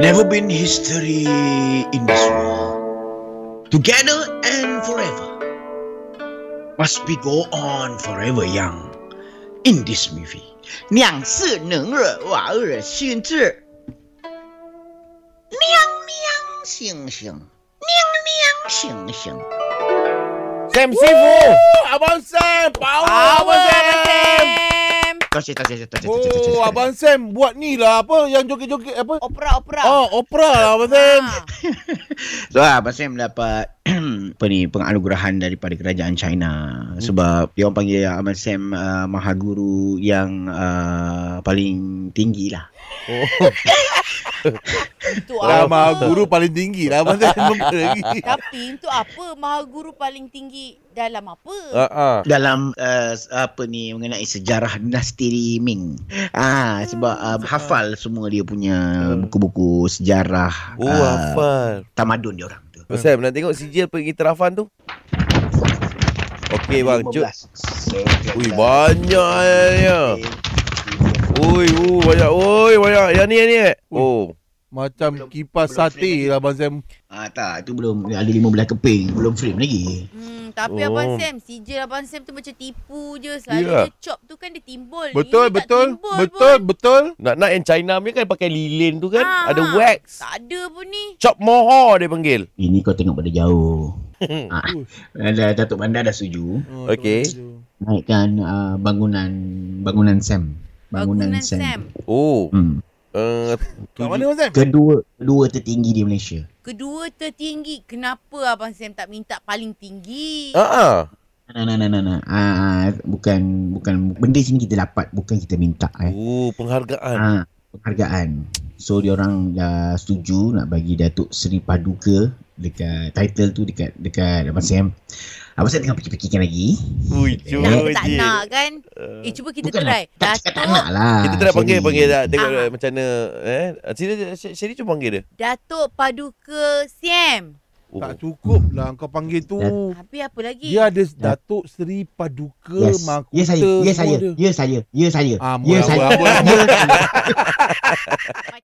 never been history in this world. Together and forever. Must we go on forever young in this movie? 两世能儿娃儿心智，娘娘星星，娘娘星星。 Sam Sifu Abang Sam Power Power, Abang Sam. Sam Terima kasih, terima kasih, terima kasih, terima kasih. Oh Abang Sam buat ni lah Apa yang joget-joget Apa Opera opera Ah, Oh opera lah Abang Sam Ah. So, ah, Abang Sam dapat apa ni penganugerahan daripada kerajaan China Hmm. sebab dia orang panggil Abang Sam uh, mahaguru yang uh, paling tinggi lah. oh, Itu apa Ramah guru paling tinggi lah Abang Sam Bukan lagi Tapi itu apa Maha guru paling tinggi Dalam apa Ah, ah. dalam uh, s- apa ni mengenai sejarah dinasti Ming. Ah sebab Hmm. uh, hafal semua dia punya buku-buku sejarah Oh, ah, hafal. tamadun dia orang tu. Oh, Sam, nak tengok sijil pengiktirafan tu? Okey, bang. Cuk. 15. Ui, banyak eh, dia. Ui, ui, banyak. Ui, banyak. Yang ni, yang ni. eh. Oh. Macam kipas belum sate lah Abang Sam Ah tak, tu belum ada 15 keping, belum frame lagi. Hmm, tapi Oh. Abang Sam, sijil Abang Sam tu macam tipu je. Ya. Selalu yeah. dia chop tu kan dia timbul. Betul Ini tak betul timbul Betul pun. betul Nak nak yang China punya kan pakai lilin tu kan? Ah, Ada ah. wax. Tak ada pun ni. Chop moho dia panggil. Ini kau tengok pada jauh. ah, ada Datuk Bandar dah setuju Oh, Okey. naikkan uh, bangunan bangunan Sam. Bangunan, Bangunan Sam. Sam. Oh. Hmm. Uh, Kat mana Abang Sam? Kedua kedua tertinggi di Malaysia. Kedua tertinggi. Kenapa Abang Sam tak minta paling tinggi? ah, ah. Nah, nah, nah, nah, nah. Ah, ah, bukan bukan benda sini kita dapat, bukan kita minta eh. Oh, penghargaan. Ah, penghargaan. So dia orang dah setuju nak bagi Datuk Seri Paduka dekat title tu dekat dekat Abang Sam. Abang Sam tengah fikir-fikirkan lagi. Ui, cuk. Dah Oh, tak je. nak kan? Uh, Eh, cuba kita Bukan try. Tak cakap tak nak Datuk, lah. kita try panggil Sherry. panggil dah tengok Ah. ah. macam mana eh. Sini Sini cuba panggil dia. Datuk Paduka Sam. Oh. Tak cukup lah kau panggil tu Habis apa lagi? Dia ada Datuk Seri Paduka Yes. Mahkota Ya saya, ya saya, semua dia. ya saya, ya saya. Ah, Ya murah, saya. murah, murah. Ya saya.